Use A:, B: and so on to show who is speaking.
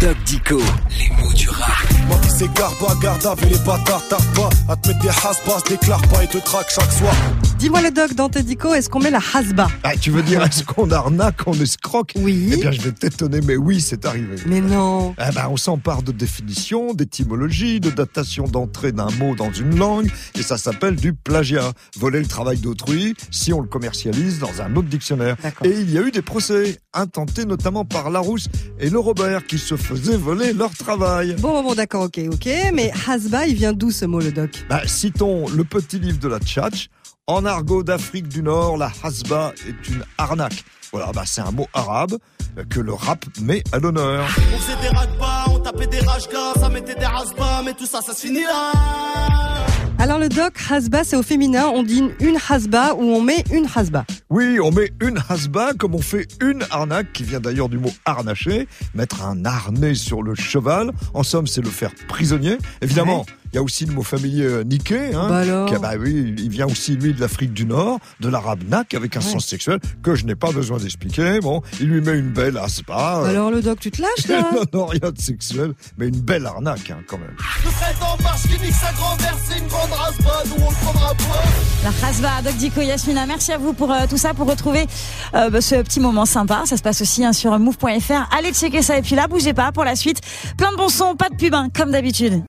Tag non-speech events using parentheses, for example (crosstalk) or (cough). A: Doc Dico, les mots du rap.
B: Ma vie c'est garba, garde avec les bâtards, tarde pas. À te mettre des has déclare pas et te traque chaque soir.
C: Dis-moi le doc dans tes dico, est-ce qu'on met la hasba
D: Ah, tu veux dire, est-ce qu'on arnaque, on escroque
C: Oui.
D: Eh bien, je vais t'étonner, mais oui, c'est arrivé.
C: Mais non.
D: Ah ben, on s'empare de définition, d'étymologie, de datation d'entrée d'un mot dans une langue, et ça s'appelle du plagiat. Voler le travail d'autrui si on le commercialise dans un autre dictionnaire.
C: D'accord.
D: Et il y a eu des procès, intentés notamment par Larousse et le Robert, qui se faisaient voler leur travail.
C: Bon, bon, bon, d'accord, ok, ok. Mais hasba, il vient d'où ce mot, le doc
D: Bah, citons le petit livre de la Tchatch. En argot d'Afrique du Nord, la hasba est une arnaque. Voilà, bah, c'est un mot arabe euh, que le rap met à l'honneur.
E: On faisait des ragbas, on tapait des rajgas, ça mettait des rasbas, mais tout ça, ça se finit là.
C: Alors, le doc, hasba, c'est au féminin. On dit une- une hasba ou on met une hasba.
D: Oui, on met une hasba comme on fait une arnaque, qui vient d'ailleurs du mot harnacher, mettre un harnais sur le cheval. En somme, c'est le faire prisonnier. Évidemment,
C: Ouais.
D: il y a aussi le mot familier euh, niqué, hein,
C: Bah alors
D: qui, bah oui, il vient aussi, lui, de l'Afrique du Nord, de l'arabe nak, avec un
C: Ouais.
D: sens sexuel que je n'ai pas besoin d'expliquer. Bon, il lui met une belle hasba. euh,
C: Alors, le doc, tu te lâches, là
D: (laughs) non, non, rien de sexuel, mais une belle arnaque hein, quand même.
E: Le fred en marche qui nique sa grand-mère, c'est une grande rasbas, nous on le prendra pas.
F: La Rasva, Doc Dico, Yasmina, merci à vous pour euh, tout ça, pour retrouver euh, bah, ce petit moment sympa. Ça se passe aussi hein, sur move.fr. Allez checker ça et puis là, bougez pas pour la suite. Plein de bons sons, pas de pub, hein, comme d'habitude.